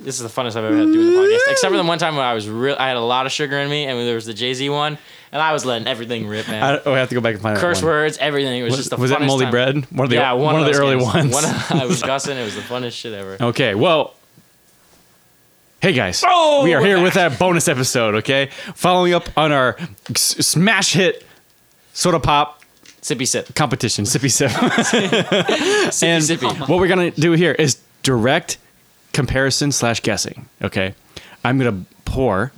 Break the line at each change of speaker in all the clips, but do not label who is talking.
this is the funnest I've ever had doing the podcast. Except for the one time when I was real, I had a lot of sugar in me, and there was the Jay Z one, and I was letting everything rip, man.
I, oh, I have to go back and find
Curse
that one.
words, everything. It was, just the
was
funnest
that moldy
time.
bread? One of the
yeah,
one, of, the
those
early
games.
ones.
One of, I was cussing. It was the funnest shit ever.
Okay, well, hey guys,
Oh,
we are
we're
here
back.
with that bonus episode. Okay, following up on our s- smash hit soda pop
Sippy sip.
competition, sippy sip.
Sippy
and
sippy.
what we're gonna do here is direct comparison slash guessing. Okay, I'm gonna pour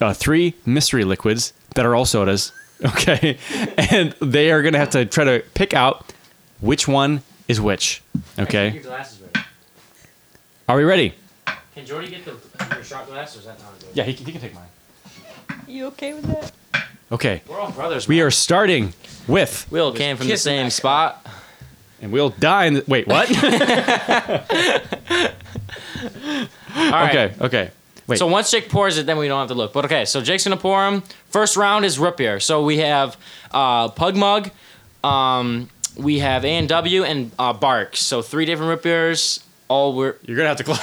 uh, three mystery liquids that are all sodas. Okay, and they are gonna have to try to pick out which one is which. Okay, are we ready?
Can Jordy get the shot glass, or is that not good?
Yeah, he can, he can take mine.
You okay with that?
Okay,
We're all brothers.
we are starting with,
We all came from the
kissing
same
that
spot.
and we'll die in the, wait, what?
All right.
okay, okay. Wait,
So once Jake pours it, then we don't have to look. But okay, so Jake's gonna pour them. First round is root beer. So we have uh, Pug Mug, um, we have A and W, and uh, Bark. So three different root beers. All were
you're gonna have to close.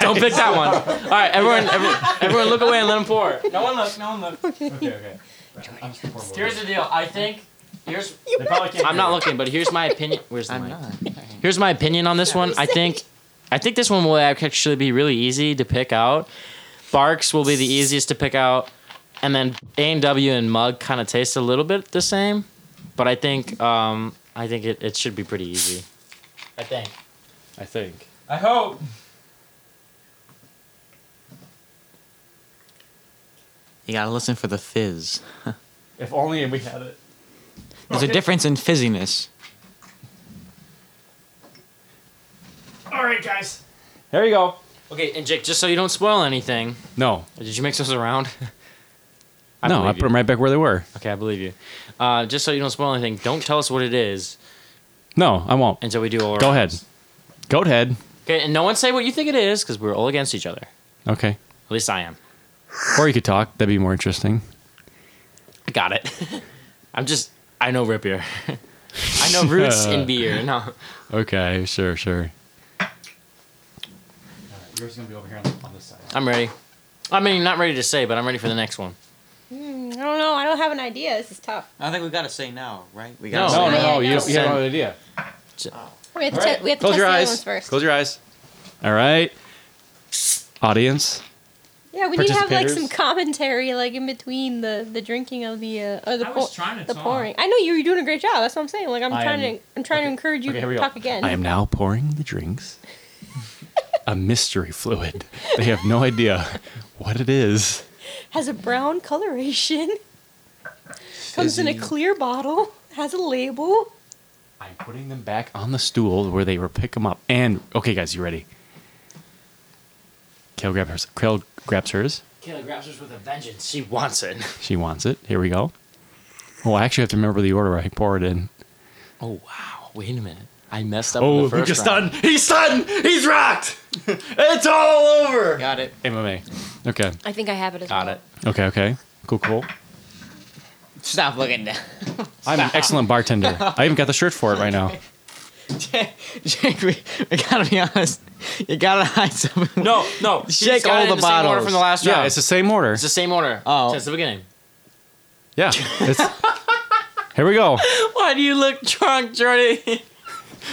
don't pick that one. All right, everyone, everyone, everyone look away and let him pour. No one look. No one look.
okay, okay. I'm just gonna pour more.
Here's the deal. I think here's.
They probably can't
I'm
hear
not looking, but here's my opinion. Where's the
I'm
mic?
not.
Here's my opinion on this one. I think, I think this one will actually be really easy to pick out. Barks will be the easiest to pick out, and then A and W and Mug kind of taste a little bit the same, but I think, um, I think it, it should be pretty easy. I think.
it. I think.
I hope.
You gotta listen for the fizz.
If only we had it.
There's a difference in fizziness.
All right, guys. There you go.
Okay, and Jake, just so you don't spoil anything,
No,
did you mix those around?
no, I
believe
put
you.
them right back where they were.
Okay, I believe you. Uh, just so you don't spoil anything, don't tell us what it is
No, I won't.
until we do all.
Go ahead. Goat head.
Okay, and no one say what you think it is because we're all against each other.
Okay.
At least I am.
Or you could talk. That'd be more interesting.
I got it. I'm just. I know rip beer. I know roots in beer. No.
Okay, sure, sure. Yours is gonna be over here on, on this side.
I'm ready. I mean, not ready to say, but I'm ready for the next one.
I don't know. I don't have an idea. This is tough.
I think we gotta say now, right? We
gotta
gotta
say
No, no,
yeah,
no. You,
no.
don't- you have no idea.
We have to,
All right.
te- we have to
Close your
test the other
eyes.
ones first.
Close your eyes. All right. Audience.
yeah, we need to have like some
Participators.
commentary, like in between the the drinking of the uh, or the
I
pour-
was trying to
the
talk.
pouring. I know you were doing a great job. That's what I'm saying. Like I'm
I
trying
am-
to I'm trying to encourage you
Okay, here we
to
go.
talk again.
I am now pouring the drinks. a mystery fluid. They have no idea what it is.
Has a brown coloration. Comes in a
Fizzy.
clear bottle. Has a label.
I'm putting them back on the stool where they were pick them up. And okay, guys, you ready? Kale grabs hers. Kale grabs hers.
Kayla grabs hers with a vengeance. She wants it.
She wants it. Here we go. Oh, I actually have to remember the order I pour it in.
Oh wow! Wait a minute. I messed up.
Oh,
in the first
Luca's
round.
stunned. He's stunned. He's rocked. it's all over.
Got it.
MMA. Okay.
I think I have it as
Got
well.
it.
Okay. Okay. Cool. Cool.
Stop looking down.
I'm an excellent bartender. I even got the shirt for it right now.
Jake, we, we gotta be honest. You gotta hide something.
No, no. she
Shake
just got
all
it in
the
the same order
bottles.
from the last round.
Yeah, it's the same order.
It's the same order
Oh.
since the beginning.
Yeah. It's, here we go.
Why do you look drunk, Jordy?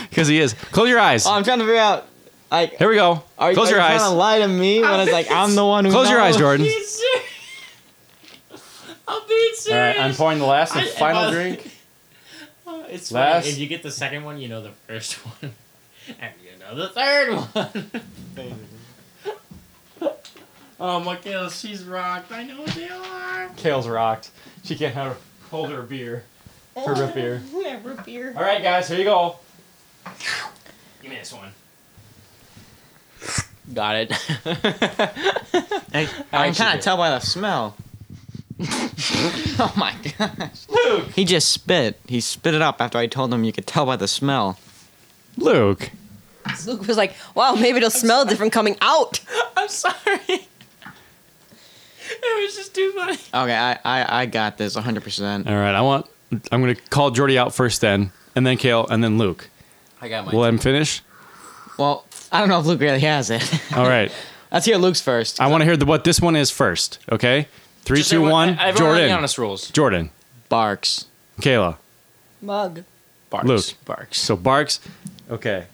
Because he is. Close your eyes.
Oh, I'm trying to figure out. Like,
Here we go.
are you,
Close
are
your
you
eyes.
trying to lie to me when it's like I'm the one who?
Close your eyes,
knows?
Jordan.
I'm being serious.
pouring the last
and I- final I- drink. It's funny.
Last-
If you get the second one, you know the first one. And you know the third one. oh my god, she's rocked. I know they are.
Kale's rocked. She can't have, hold her beer. Her root beer.
Yeah, root beer.
All right, guys, here you go.
Give me this one. Got it.
I,
I
I can
should
kind
do.
of tell by the smell. oh my gosh.
Luke!
He just spit. He spit it up after I told him you could tell by the smell.
Luke.
Luke was like, "Wow, maybe it'll smell different coming out."
I'm sorry. It was just too funny.
Okay, I, I, I got this 100%.
All right, I want. I'm gonna call Jordy out first, then, and then Kale, and then Luke.
I got
We'll let him finish.
Well, I don't know if Luke really has it.
All right.
Let's hear Luke's first.
I want to hear the, what this one is first. Okay, three,
Just
two,
everyone-
one.
everyone on
Jordan.
the honest rules.
Jordan.
Barks.
Kayla.
Mug.
Barks.
Luke.
Barks.
So Barks. Okay.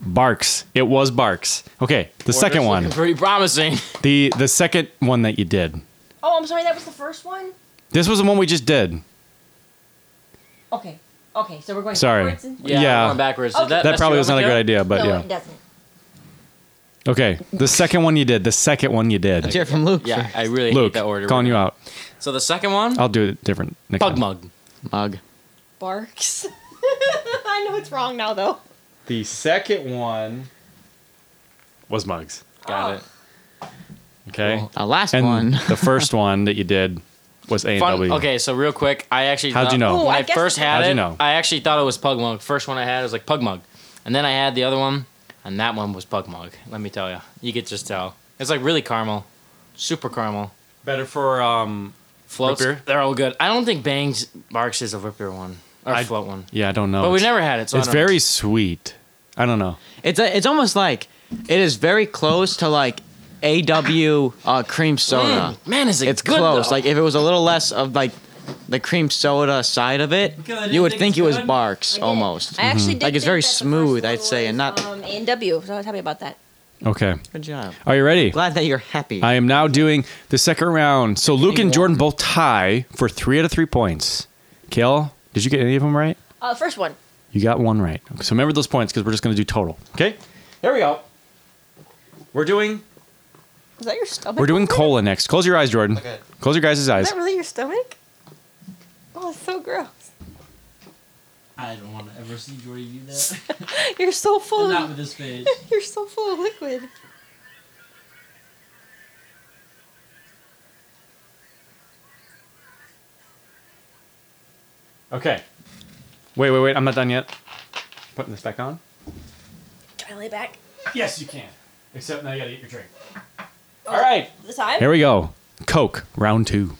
Barks. It was Barks. Okay, the second
Order's
one.
looking Pretty promising.
The the second one that you did.
Oh, I'm sorry. That was the first one.
This was the one we just
Uh,
did.
Okay. Okay. So we're going.
Sorry.
backwards and-
Yeah,
Yeah.
going backwards. Did
Okay.
That
mess
probably
you
was
up,
not a good
Mikael?
idea, but
no,
yeah.
it doesn't.
Okay, the second one you did. The second one you
Let's
did.
hear from Luke.
Yeah, I really
Luke,
hate that order.
calling you out. Oh.
So the second one,
I'll do it different next
bug
time.
mug.
first. Mug.
Barks. I know it's wrong now though.
The second one was mugs.
Got
Oh.
it.
Okay.
The Uh, last
and
one.
the first one that you did was A and
Fun-
W.
Okay, so real quick, I actually
How'd
thought-
you know?
Ooh,
when
I
I,
guess-
first had
How'd you
it,
know?
I actually thought it was pug mug. First one I had was like pug mug, and then I had the other one, and that one was pug mug. Let me tell you, you could just tell it's like really caramel, super caramel.
Better for um.
Floats,
Root beer?
they're all good. I don't think Bangs Barks is a root beer one or float one,
Yeah, I don't know.
but we
It's-
never had it. So I
It's
don't know.
very sweet. I don't know.
It's a, it's almost like it is very close to like AW uh, cream soda.
Mm, man, is it
It's
good,
close.
though.
Like if it was a little less of like the cream soda side of it,
Good, I didn't
you would
think it's
think it was
good.
Barks
I did.
almost. Mm-hmm.
I actually did
Like, it's
think
very
that the first
smooth,
one
I'd say, and
was,
not-
um, A and W. So I was happy about that.
Okay.
Good job.
Are you ready?
Glad that you're happy.
I am now doing the second round. So Luke and Jordan both tie for three out of three points. Kale, did you get any of them right?
Uh, first one.
You got one right. So remember those points because we're just going to do total. Okay. Here we go. We're doing
Is that your stomach?
we're doing
over there?
cola next. Close your eyes, Jordan.
Okay.
Close your guys' eyes.
Is that really your stomach? Oh, it's so gross.
I don't want to ever see Jordy do that.
You're so full.
Not
Of,
with his face.
you're so full of liquid.
Okay. Wait, wait, wait. I'm not done yet. Putting this back on.
Can I lay back
Yes, you can. Except now you got to eat your drink. All right.
this time?
Here we go. Coke round 2.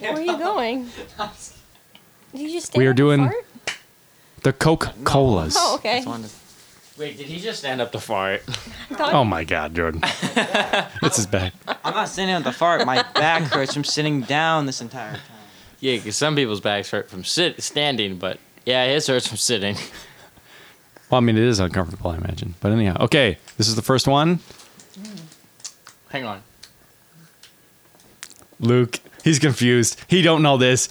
Where are you going? Did you just stand
We are
up and
doing-
fart?
The Coca Colas.
Oh, okay.
Wait, did he just stand up to fart?
Thought-
Oh my God, Jordan. this is bad.
I'm not sitting with the fart. My back hurts from sitting down this entire time.
yeah, because some people's backs hurt from sit standing, but yeah, his hurts from sitting.
Well, I mean, it is uncomfortable, I imagine. But anyhow, okay. This is the first one.
Hang on.
Luke, he's confused. He don't know this.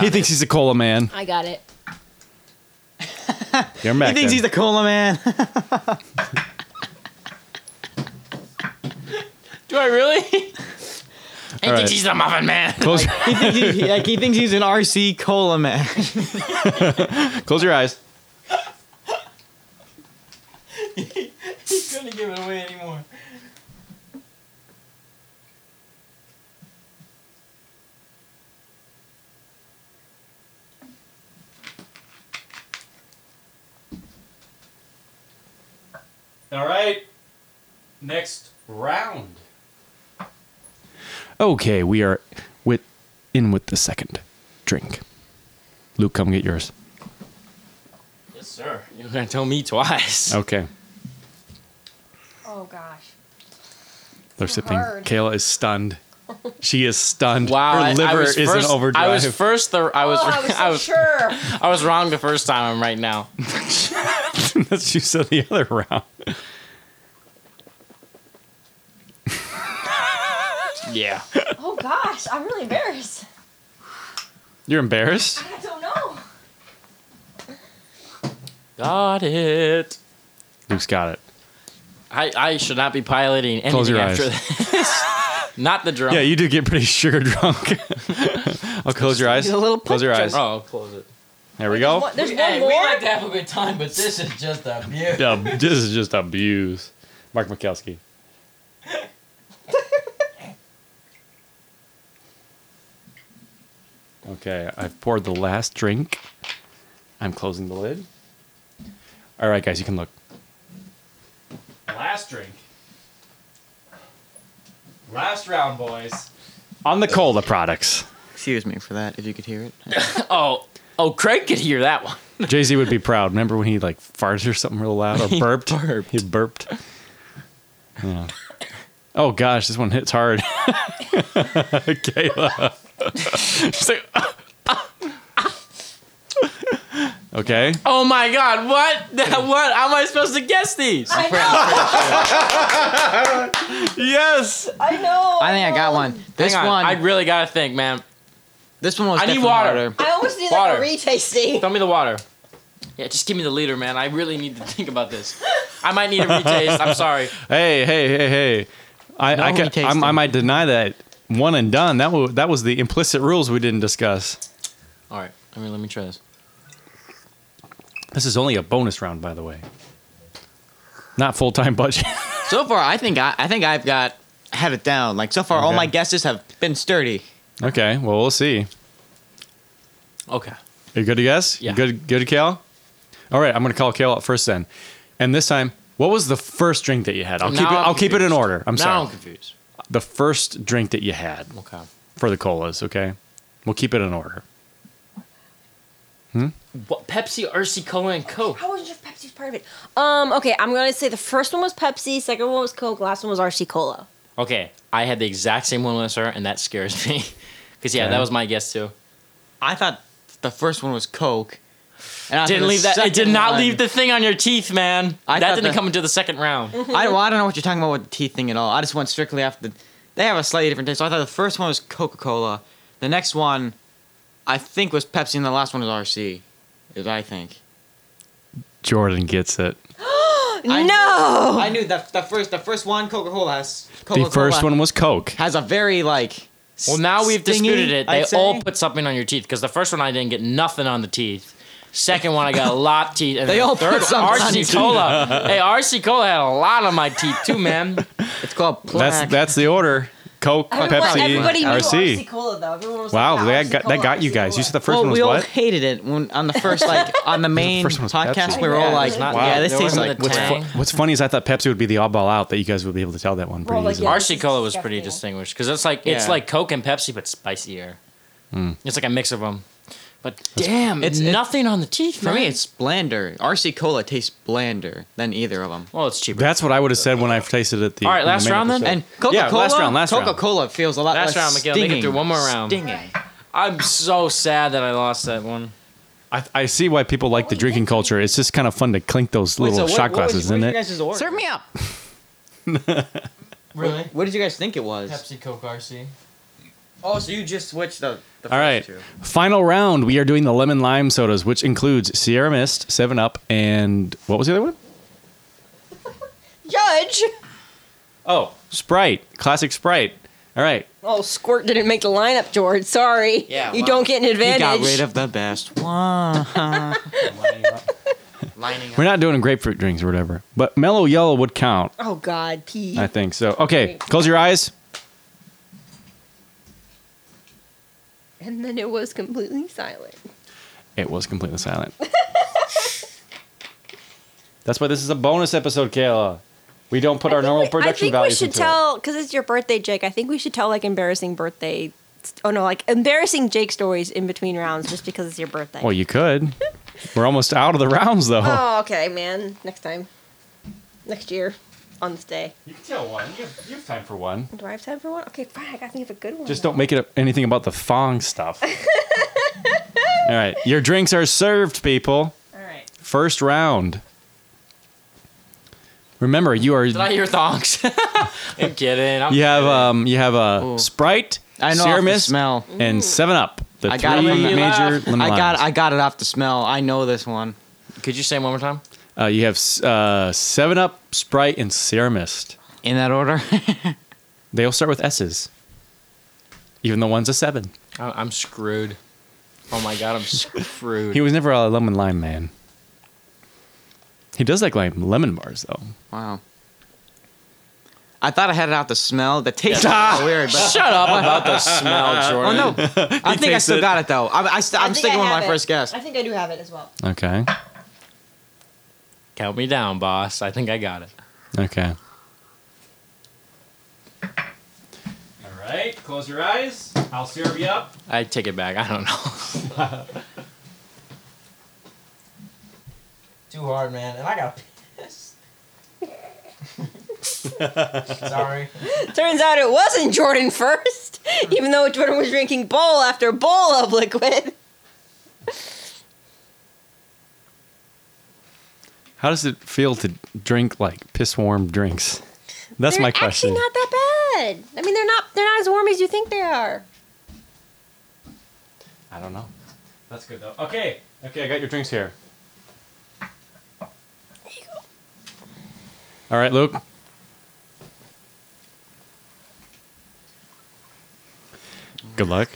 he thinks he's a cola man.
I got it.
You're back.
he thinks
then.
he's the cola man.
Do I really? he
All right.
thinks he's the Muffin Man.
close,
he, thinks he, like, he thinks he's an RC cola man.
close your eyes.
He's gonna give it away anymore.
All right. Next round. Okay, we are with in with the second drink. Luke, come get yours.
Yes, sir. You're gonna tell me twice.
Okay.
Oh gosh.
They're sipping.
hard.
Kayla is stunned. She is stunned.
Wow, I-
Her liver
I was
is
first,
in overdrive.
I was first. The, I was.
oh, I was so
I was.
sure.
I was wrong the first time. I'm right now.
That's you said the other round.
Yeah.
Oh gosh, I'm really embarrassed.
You're embarrassed?
I don't know.
Got it.
Luke's got it.
I, I should not be piloting anything
Close your
after
eyes.
this. not the drum.
Yeah, you do get pretty sugar drunk. I'll close your eyes.
a little
Close your eyes.
Oh, close it.
There we go.
What, there's
We-
one
hey,
more.
We like to have a good time, but this is just a beauty.
Yeah, this is just abuse. Mark Mikowski. okay, I've poured the last drink. I'm closing the lid. All right, guys, you can look. Last drink. Last round, boys. On the cola products.
Excuse me for that, if you could hear it.
Oh, oh, Craig could hear that one.
Jay Z would be proud. Remember when he like farted or something real loud or burped?
burped.
He burped. Yeah. Oh gosh, this one hits hard. Kayla. She's like, okay.
Oh my god, what? what? How am I supposed to guess these?
I know.
Yes.
I know.
I think I got
know.
one. This
Hang on,
one,
I really gotta think, man.
this one was.
I need
definitely
water.
harder.
I almost need like
Water.
a retasting.
Throw me the water. Yeah, just give me the leader, man. I really need to think about this. I might need a retaste. I'm sorry.
Hey, hey, hey, hey. I, I,
No
can, I'm- I
retasting.
might deny that one and done. That was, that was the implicit rules we didn't discuss.
All right, I mean, let me try this.
This is only a bonus round, by the way. Not full time budget.
So far, I think I, I think I've got have it down. Like so far, all
Okay.
my guesses have been sturdy.
okay. Well, we'll see.
Okay.
You good to guess?
Yeah.
Good, good, Kale. All right, I'm gonna call Kale out first then, and this time, what was the first drink that you had? I'll keep
Now
it.
I'm
I'll keep it in
confused.
order. I'm
now
sorry.
I'm confused.
The first drink that you had
Okay.
for the colas. Okay, we'll keep it in order.
What Pepsi, RC Cola, and Coke?
I wasn't sure if Pepsi's part of it. Um, okay, I'm gonna say the first one was Pepsi, second one was Coke, last one was RC Cola.
Okay, I had the exact same one with her, and that scares me. Cause yeah,
Okay.
that was my guess too.
I thought the first one was Coke. And I
Didn't
thought the
leave that. It did
second
not
one-
leave the thing on your teeth, man.
I
that
thought
didn't
the-
come into the second round.
I, well, I don't know what you're talking about with the teeth thing at all. I just went strictly after. The, they have a slightly different taste. So I thought the first one was Coca Cola. The next one, I think, was Pepsi, and the last one was RC. Is what I think.
Jordan gets it.
I
no!
I knew that the first the first one Coca Cola has
The first one was Coke.
has a very like.
Well, now we've
stingy,
disputed it. They
I'd say.
all put something on your teeth because the first one I didn't get nothing on the teeth. Second one I got a lot of teeth. And
They
the
all put
third,
something on your
RC
teeth.
Cola. hey, RC Cola had a lot on my teeth too, man.
It's called plaque.
That's that's the order. Coke,
Everyone-
Pepsi,
everybody knew
RC.
RC Cola though. Everyone was
Wow,
like, yeah,
that
RC
got, that
Cola,
got you
RC
guys. You
Cola.
said the first
well,
one was
we all
what?
hated it when on the first like on the main
first one was
podcast.
Pepsi.
We were all
Yeah,
like,
not-
"Yeah,
wow,
this
there
tastes
wasn't
like
a
What's, fu-
Tang.
what's funny is I thought Pepsi would be the oddball out that you guys would be able to tell that one pretty
Well, like,
easily.
yeah.
RC Cola was pretty
Disgusting.
distinguished because it's like it's
Yeah. Hmm.
like Coke and Pepsi but spicier. It's like a mix of them. But damn, it's
It's- it-
nothing on the teeth
For me,
man.
it's blander. RC Cola tastes blander than either of them.
well, it's cheaper.
That's what I would have said when I tasted it. The
All right,
in the
last
main
round then?
episode.
And Coca Cola,
Yeah, last round, last round.
Coca Cola feels a lot
Last
less
round, Miguel. They get
stinging.
through one more round.
Stinging.
I'm so sad that I lost that one.
I, I see why people like the drinking culture. It's just kind of fun to clink those little shot glasses, isn't it?
Serve me up.
Really?
What did you guys think it was?
Pepsi, Coke, RC.
Oh, so you just switched the. the
All right, final round. We are doing the lemon lime sodas, which includes Sierra Mist, Seven Up, and what was the other one?
Judge!
Oh, Sprite, classic Sprite. All right,
Oh, Squirt didn't make the lineup, George. Sorry.
Yeah,
You
wow.
don't get an
He
advantage.
got rid of the best one.
Lining up.
we're not doing grapefruit drinks or whatever, but mellow yellow would count.
oh, God, P.
I think so. Okay, close your eyes.
and then it was completely silent.
It was completely silent. That's why this is a bonus episode, Kayla. We don't put our normal
I
production
think we
values
should
into
tell, because it's your birthday, Jake. I think we should tell, like, embarrassing birthday. st- Oh, no, like, embarrassing Jake stories in between rounds just because it's your birthday.
it. Well, you could. We're almost out of the rounds, though.
oh, okay, man. Next time. Next year. On this day.
You can tell one. You have, you have time for one.
Do I have time for one? Okay, fine. I gotta think of a good one.
Just don't make it anything about the thong stuff. All right, your drinks are served, people.
All right.
First round. Remember, you are.
Did I hear thongs? I'm kidding. I'm
You have um, you have a
Ooh.
Sprite,
I know
Sierra
off the
Mist,
smell.
and Seven Up. The
I
three
got it from the-
major lemon
I got
limes.
I got it off the smell. I know this one.
Could you say it one more time?
Uh, you have uh, Seven Up, Sprite, and Sierra Mist.
In that order.
They all start with S's. Even the one's a seven.
I- I'm screwed. Oh my god, I'm screwed.
He was never a lemon lime man. He does like lime lemon bars though.
wow. I thought I had it off the smell. The taste was weird, but
Shut up about the smell,
Oh
Jordan.
no! I think I
takes
still
it.
got it though. I, I st- I'm sticking with my first guess.
I think I do have it as well.
Okay.
Count me down, boss. I think I got it.
Okay. All right. Close your eyes. I'll serve you up.
I take it back. I don't know.
too hard, man, and I got pissed. Sorry.
Turns out it wasn't Jordan first, even though Jordan was drinking bowl after bowl of liquid.
How does it feel to drink like piss warm drinks? That's
They're
my question.
Actually, not that bad. I mean, they're not they're not as warm as you think they are.
I don't know. That's good though. Okay. Okay, I got your drinks here. All right, Luke. Good luck.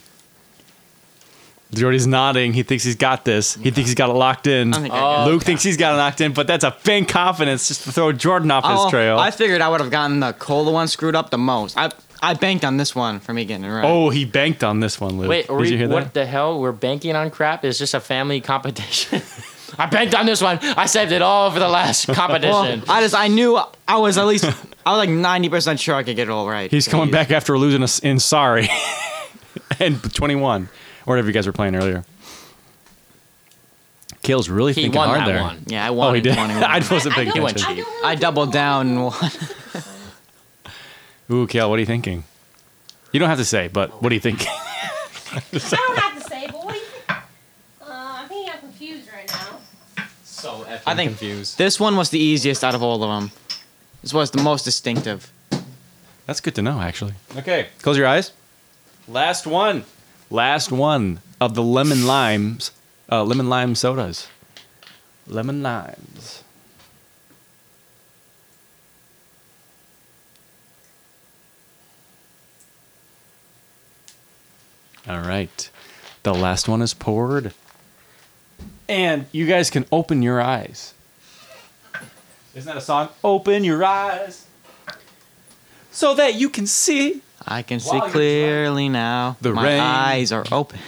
Jordy's nodding. He thinks he's got this. He thinks he's got it locked in.
Oh
I think I got
it.
Luke thinks he's got it locked in, but that's a faint confidence just to throw Jordan off his
Oh,
trail.
I figured I would have gotten the cola one screwed up the most. I I banked on this one for me getting it right.
oh, he banked on this one, Luke.
Wait,
Did
are we,
you hear
what
that?
the hell? We're banking on crap? Is just a family competition? I banked on this one. I saved it all for the last
well,
competition.
I just I knew I was at least I was like ninety percent sure I could get it all right.
He's coming back after losing us in sorry and 21 or whatever you guys were playing earlier. Kale's really
he
thinking
won
hard
that
there.
one.
Yeah, I
Oh,
won.
he
in
did.
21.
I wasn't paying
He went
attention.
cheap.
I doubled down and won.
Ooh, Kale, what are you thinking? You don't have to say, but what do you think?
I don't have to say, but what do you think? Uh, I think I'm confused right now.
So
I think
confused.
this one was the easiest out of all of them. This was the most distinctive.
That's good to know, actually. Okay, close your eyes. Last one. Last one of the lemon limes, uh, lemon lime sodas. Lemon limes. All right. The last one is poured. And you guys can open your eyes. Isn't that a song? Open your eyes so that you can see.
I can
Wow,
see
you're trying.
clearly now.
The
My
rain.
eyes are open.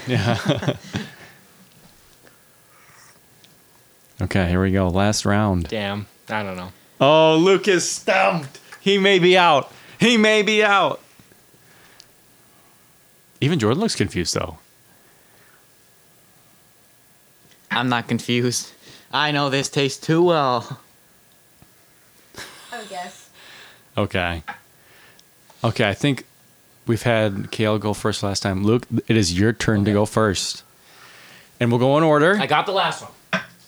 Okay, here we go. Last round.
Damn. I don't know.
Oh, Luke is stumped. He may be out. He may be out. Even Jordan looks confused, though.
I'm not confused. I know this tastes too well.
Uh-huh.
I would guess.
Okay. Okay, I think we've had Kale go first last time. Luke, it is your turn to go first. And we'll go in order.
I got the last one.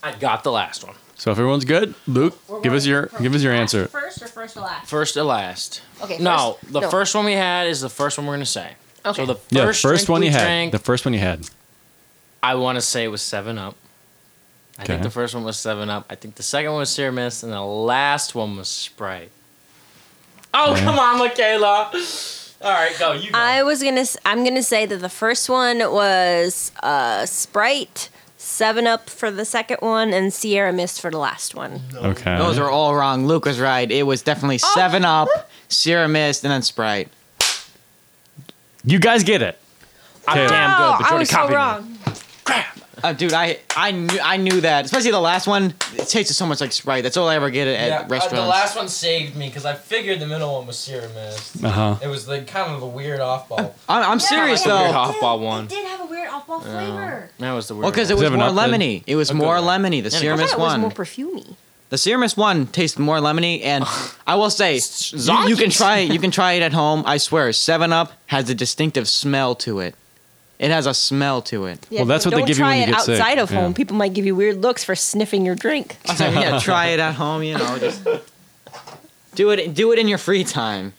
I got the last one.
So if everyone's good, Luke,
We're
give us
going
your
from
give us your
last to
answer.
First or first to last?
First to last.
Okay.
no,
first-
the first one we had is the first one we're gonna say.
Okay.
So the first,
Yeah, first,
drink
one
we
you had.
drank,
The first one you had.
I want to say was Seven Up. I think
Okay.
the first one was Seven Up. I think the second one was Sear Mist, and the last one was Sprite. Oh
Okay.
come on, Michaela! All right, go. You go.
I was gonna. s- I'm gonna say that the first one was uh, Sprite, Seven Up for the second one, and Sierra Mist for the last one.
Okay.
Those are all wrong. Luke was right. It was definitely Seven Up, Sierra Mist, and then Sprite.
you guys get it.
I'm
Taylor.
damn good, but
Oh, I
Jordy
was
copied me.
so wrong.
Uh, dude, I I knew I knew that. Especially the last one. It tasted so much like Sprite. That's all I ever get at
Yeah, uh,
restaurants.
the last one saved me because I figured the middle one was Sierra Mist.
Uh huh.
It was like kind of the weird off-ball.
I'm, I'm serious
Kinda like a
though.
weird Softball
Dude,
one.
It did have a weird off-ball flavor.
That was the weird.
Well, because it
one.
was
Seven
more
Up then.
lemony. It was
A good
more
one.
lemony. The
Yeah,
Sierra
I
That
Mist
was
one.
more perfumey.
The Ceramus one tastes more lemony, and I will say, you, you can
Zonkies.
try it. You can try it at home. I swear, Seven Up has a distinctive smell to it. It has a smell to it.
Yeah,
Well, that's what they
don't
give you
try
when you
it
get sick.
outside of
Yeah.
home. People might give you weird looks for sniffing your drink.
I was like, yeah, try it at home. You know, just do it. Do it in your free time.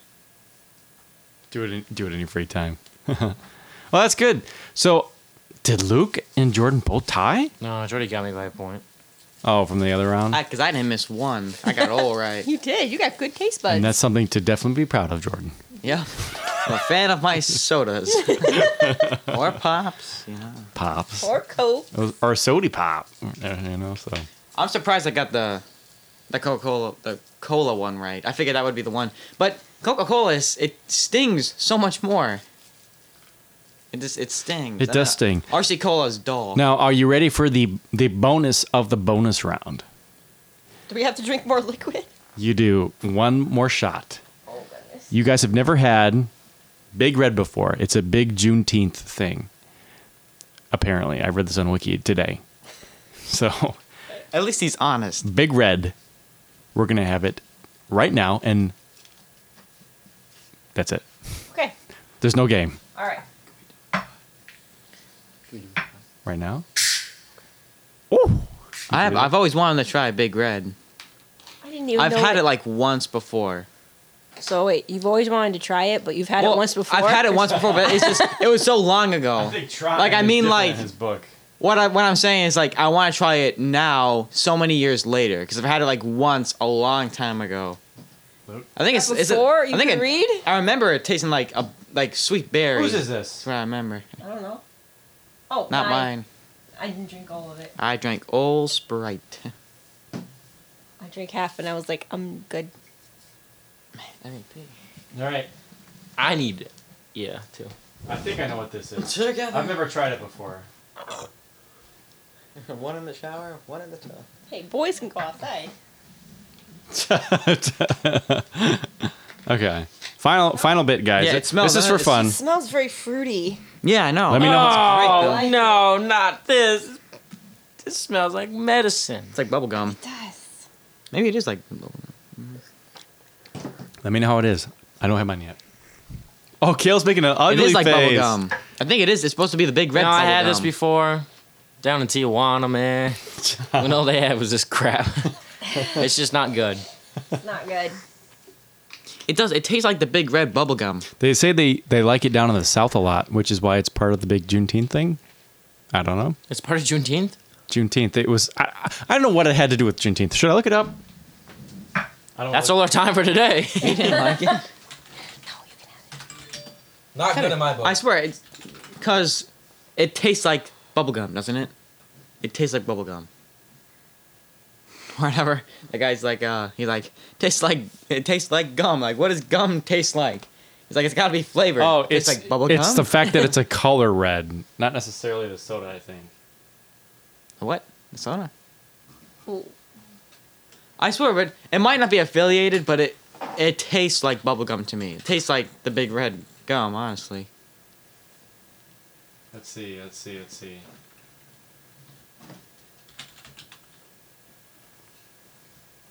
Do it in, do it in your free time. well, that's good. So, did Luke and Jordan both tie?
no, Jordy got me by a point.
Oh, from the other round.
Because I, didn't miss one. I got it all right.
You did. You got good taste buds.
and that's something to definitely be proud of, Jordan.
Yeah, I'm a fan of my sodas or pops. You know,
Pops.
or Coke.
Or, or sody pop. You know, so.
I'm surprised I got the the Coca Cola the cola one right. I figured that would be the one, but Coca Cola is it stings so much more. It just it stings.
It
I
does sting.
don't- RC Cola is dull.
Now, are you ready for the, the bonus of the bonus round?
Do we have to drink more liquid?
You do one more shot.
Oh,
You guys have never had Big Red before. It's a big Juneteenth thing. Apparently, I read this on Wiki today. So
At least he's honest.
Big Red. We're gonna have it right now, and that's it.
Okay.
There's no game
All right.
right now. Oh,
I have, I've always wanted to try Big Red.
I didn't even.
I've
know
had it like once before.
So wait, you've always wanted to try it, but you've had
Well,
it once before.
I've had it once before, but it's just it was so long ago. Like, I mean, like-
his book.
What I what I'm saying is like I want to try it now, so many years later, because I've had it like once a long time ago. I think it's is it-
Before you
I think
could
it-
read?
I remember it tasting like a like sweet berry.
Whose is
That's
this?
what I remember.
I don't know. Oh,
Not mine.
I didn't drink all of it.
I drank old Sprite.
I drank half, and I was like, I'm good.
All right.
I need, yeah, too.
I think I know what this is. I've
Together.
never tried it before.
One in the shower, one in the tub.
Hey, boys can go outside.
okay. Final final bit, guys.
Yeah, it smells
This is for
nice.
fun.
It smells very fruity.
Yeah, I know.
Let me know.
Oh,
Oh no, not this! This smells like medicine.
It's like bubble gum.
Yes.
Maybe it is like. Oh.
Let me know how it is. I don't have mine yet. Oh, Kale's making an
It
ugly
is like bubble
face.
gum. I think it is. It's supposed to be the big red.
no, I
bubble
had this
gum.
before down in Tijuana, man. when all they had was this crap. it's just not good.
It's not good.
It does. It tastes like the big red bubble gum.
They say they, they like it down in the South a lot, which is why it's part of the big Juneteenth thing. I don't know.
It's part of Juneteenth.
Juneteenth. It was. I, I- I don't know what it had to do with Juneteenth. Should I look it up?
I don't
That's
know.
all our time for today.
Not good in my book.
I swear, it's because it tastes like bubble gum, doesn't it? It tastes like bubble gum. Whatever. The guy's like, uh, he like tastes like it tastes like gum. Like, what does gum taste like? He's like, it's got to be flavored.
Oh,
Tastes
it's
like bubble gum.
It's the fact that it's a color red, not necessarily the soda. I think.
what? The soda.
Ooh.
I swear, but it might not be affiliated, but it it tastes like bubble gum to me. It tastes like the big red gum, honestly.
Let's see. Let's see. Let's see.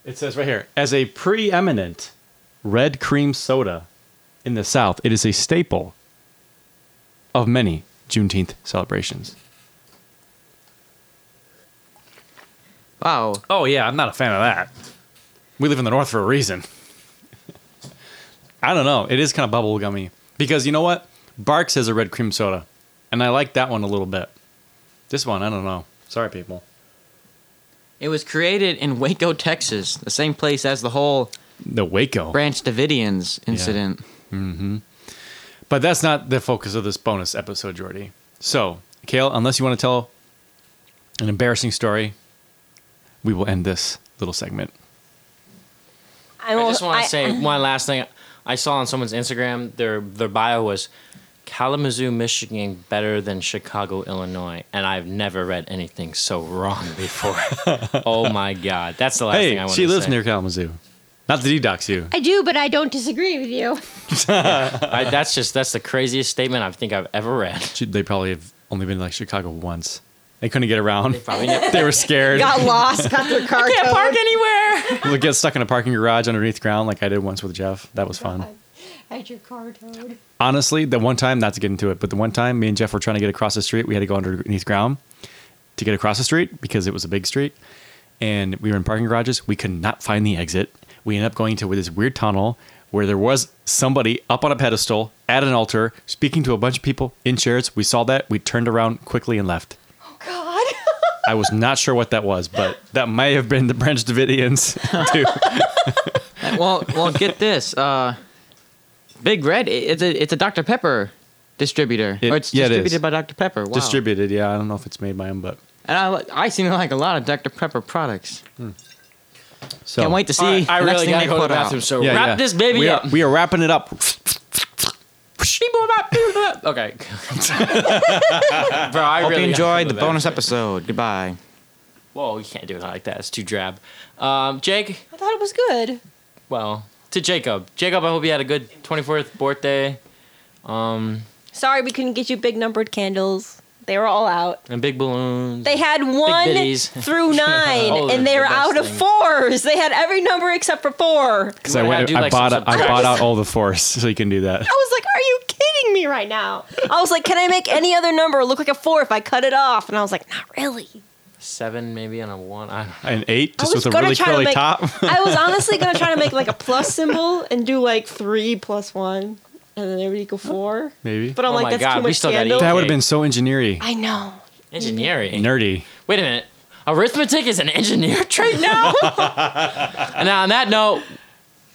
It says right here as a preeminent red cream soda in the South, it is a staple of many Juneteenth celebrations.
Wow.
Oh yeah, I'm not a fan of that. We live in the north for a reason. I don't know. It is kind of bubble gummy because you know what? Barks has a red cream soda, and I like that one a little bit. This one, I don't know. Sorry, people.
It was created in Waco, Texas, the same place as the whole
The Waco,
Branch Davidians incident.
but that's not the focus of this bonus episode, Jordy. So, Kale, unless you want to tell an embarrassing story, we will end this little segment.
I'm
I
al-
just want
I-
to say one last thing. I saw on someone's Instagram their their bio was Kalamazoo, Michigan, better than Chicago, Illinois, and I've never read anything so wrong before. oh my god, that's the last thing I
Hey,
want to say.
she lives near Kalamazoo. Not to dox you.
I do, but I don't disagree with you.
I, that's just that's the craziest statement I think I've ever read.
She- They probably have only been to, like Chicago once. They couldn't get around. They, were scared.
got lost, got their car
Can't
towed.
park anywhere.
We'll get stuck in a parking garage underneath ground like I did once with Jeff. That was fun.
I had your car towed.
Honestly, the one time, not to get into it, but the one time me and Jeff were trying to get across the street, we had to go underneath ground to get across the street because it was a big street. And we were in parking garages. We could not find the exit. We ended up going to this weird tunnel where there was somebody up on a pedestal at an altar speaking to a bunch of people in chairs. We saw that. We turned around quickly and left.
Oh, God.
I was not sure what that was, but that may have been the Branch Davidians too.
well, well, get this. Uh, Big Red, i- it's a it's a Dr Pepper distributor.
It-
or it's
yeah, it is.
distributed by Dr Pepper. Wow.
Distributed, yeah. I don't know if it's made by him, but
And I I seem to like a lot of Dr Pepper products.
so
Can't wait to see.
All right, I
the next
really
thing
gotta
they
go to the
put out.
bathroom, so
Yeah,
wrap
yeah.
this baby
we are,
up.
We are wrapping it up.
okay. Bro, I
Hope
really
you enjoyed
gotta go to
the bonus
bathroom.
episode. Goodbye.
Whoa, you can't do it like that. It's too drab. Um, Jake,
I thought it was good.
well, to Jacob. Jacob, I hope you had a good 24th birthday. Um,
Sorry we couldn't get you big numbered candles. They were all out.
and big balloons.
They had one
bitties.
through nine,
Oh,
and
they're the
they were
best
out of
thing.
fours. They had every number except for four.
Because I
You wanna
went,
do,
I
like,
bought,
some
out, I bought out all the force, so you can do that.
I was like, "Are you kidding me right now?" I was like, "Can I make any other number look like a four if I cut it off?" And I was like, "Not really."
Seven maybe and a one. I don't know.
An eight,
I
just
was
with a
gonna
really
try to
curly
make-
top.
I was honestly gonna try to make like a plus symbol and do like three plus one, and then it would equal four.
Maybe
But I'm
Oh
like,
my
"That's
God,
too
we
much
still gotta
candle."
eat
that would have
Okay.
been so engineering,
I know.
Engineering.
nerdy.
Wait a minute. Arithmetic is an engineer trait now. and now on that note,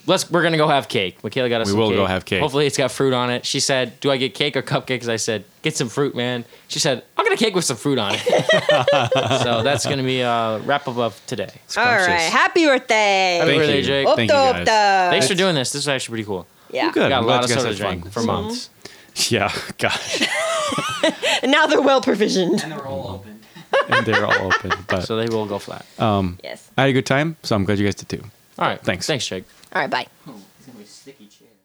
let's we're gonna go have cake. Michaela got us.
We
some
will go have cake.
Hopefully it's got fruit on it. She said, "Do I get cake or cupcakes?" I said, "Get some fruit, man." She said, "I'll get a cake with some fruit on it." so that's gonna be a wrap up of today.
All right, happy birthday!
Happy
Thank
birthday,
you.
Jake.
Opta,
Thank you, guys.
opta.
Thanks for doing this. This is actually pretty cool.
Yeah.
Good.
We got
I'm
a
glad
lot of
you guys
soda Mm-hmm.
had fun.
drink for months.
Yeah, gosh,
And now they're well provisioned.
And they're all open.
and they're all open. But um,
So they will go flat.
Yes.
I had a good time, so I'm glad you guys did too.
All right.
Thanks.
Thanks, Jake.
All right. Bye.
Oh, it's gonna be a sticky chair.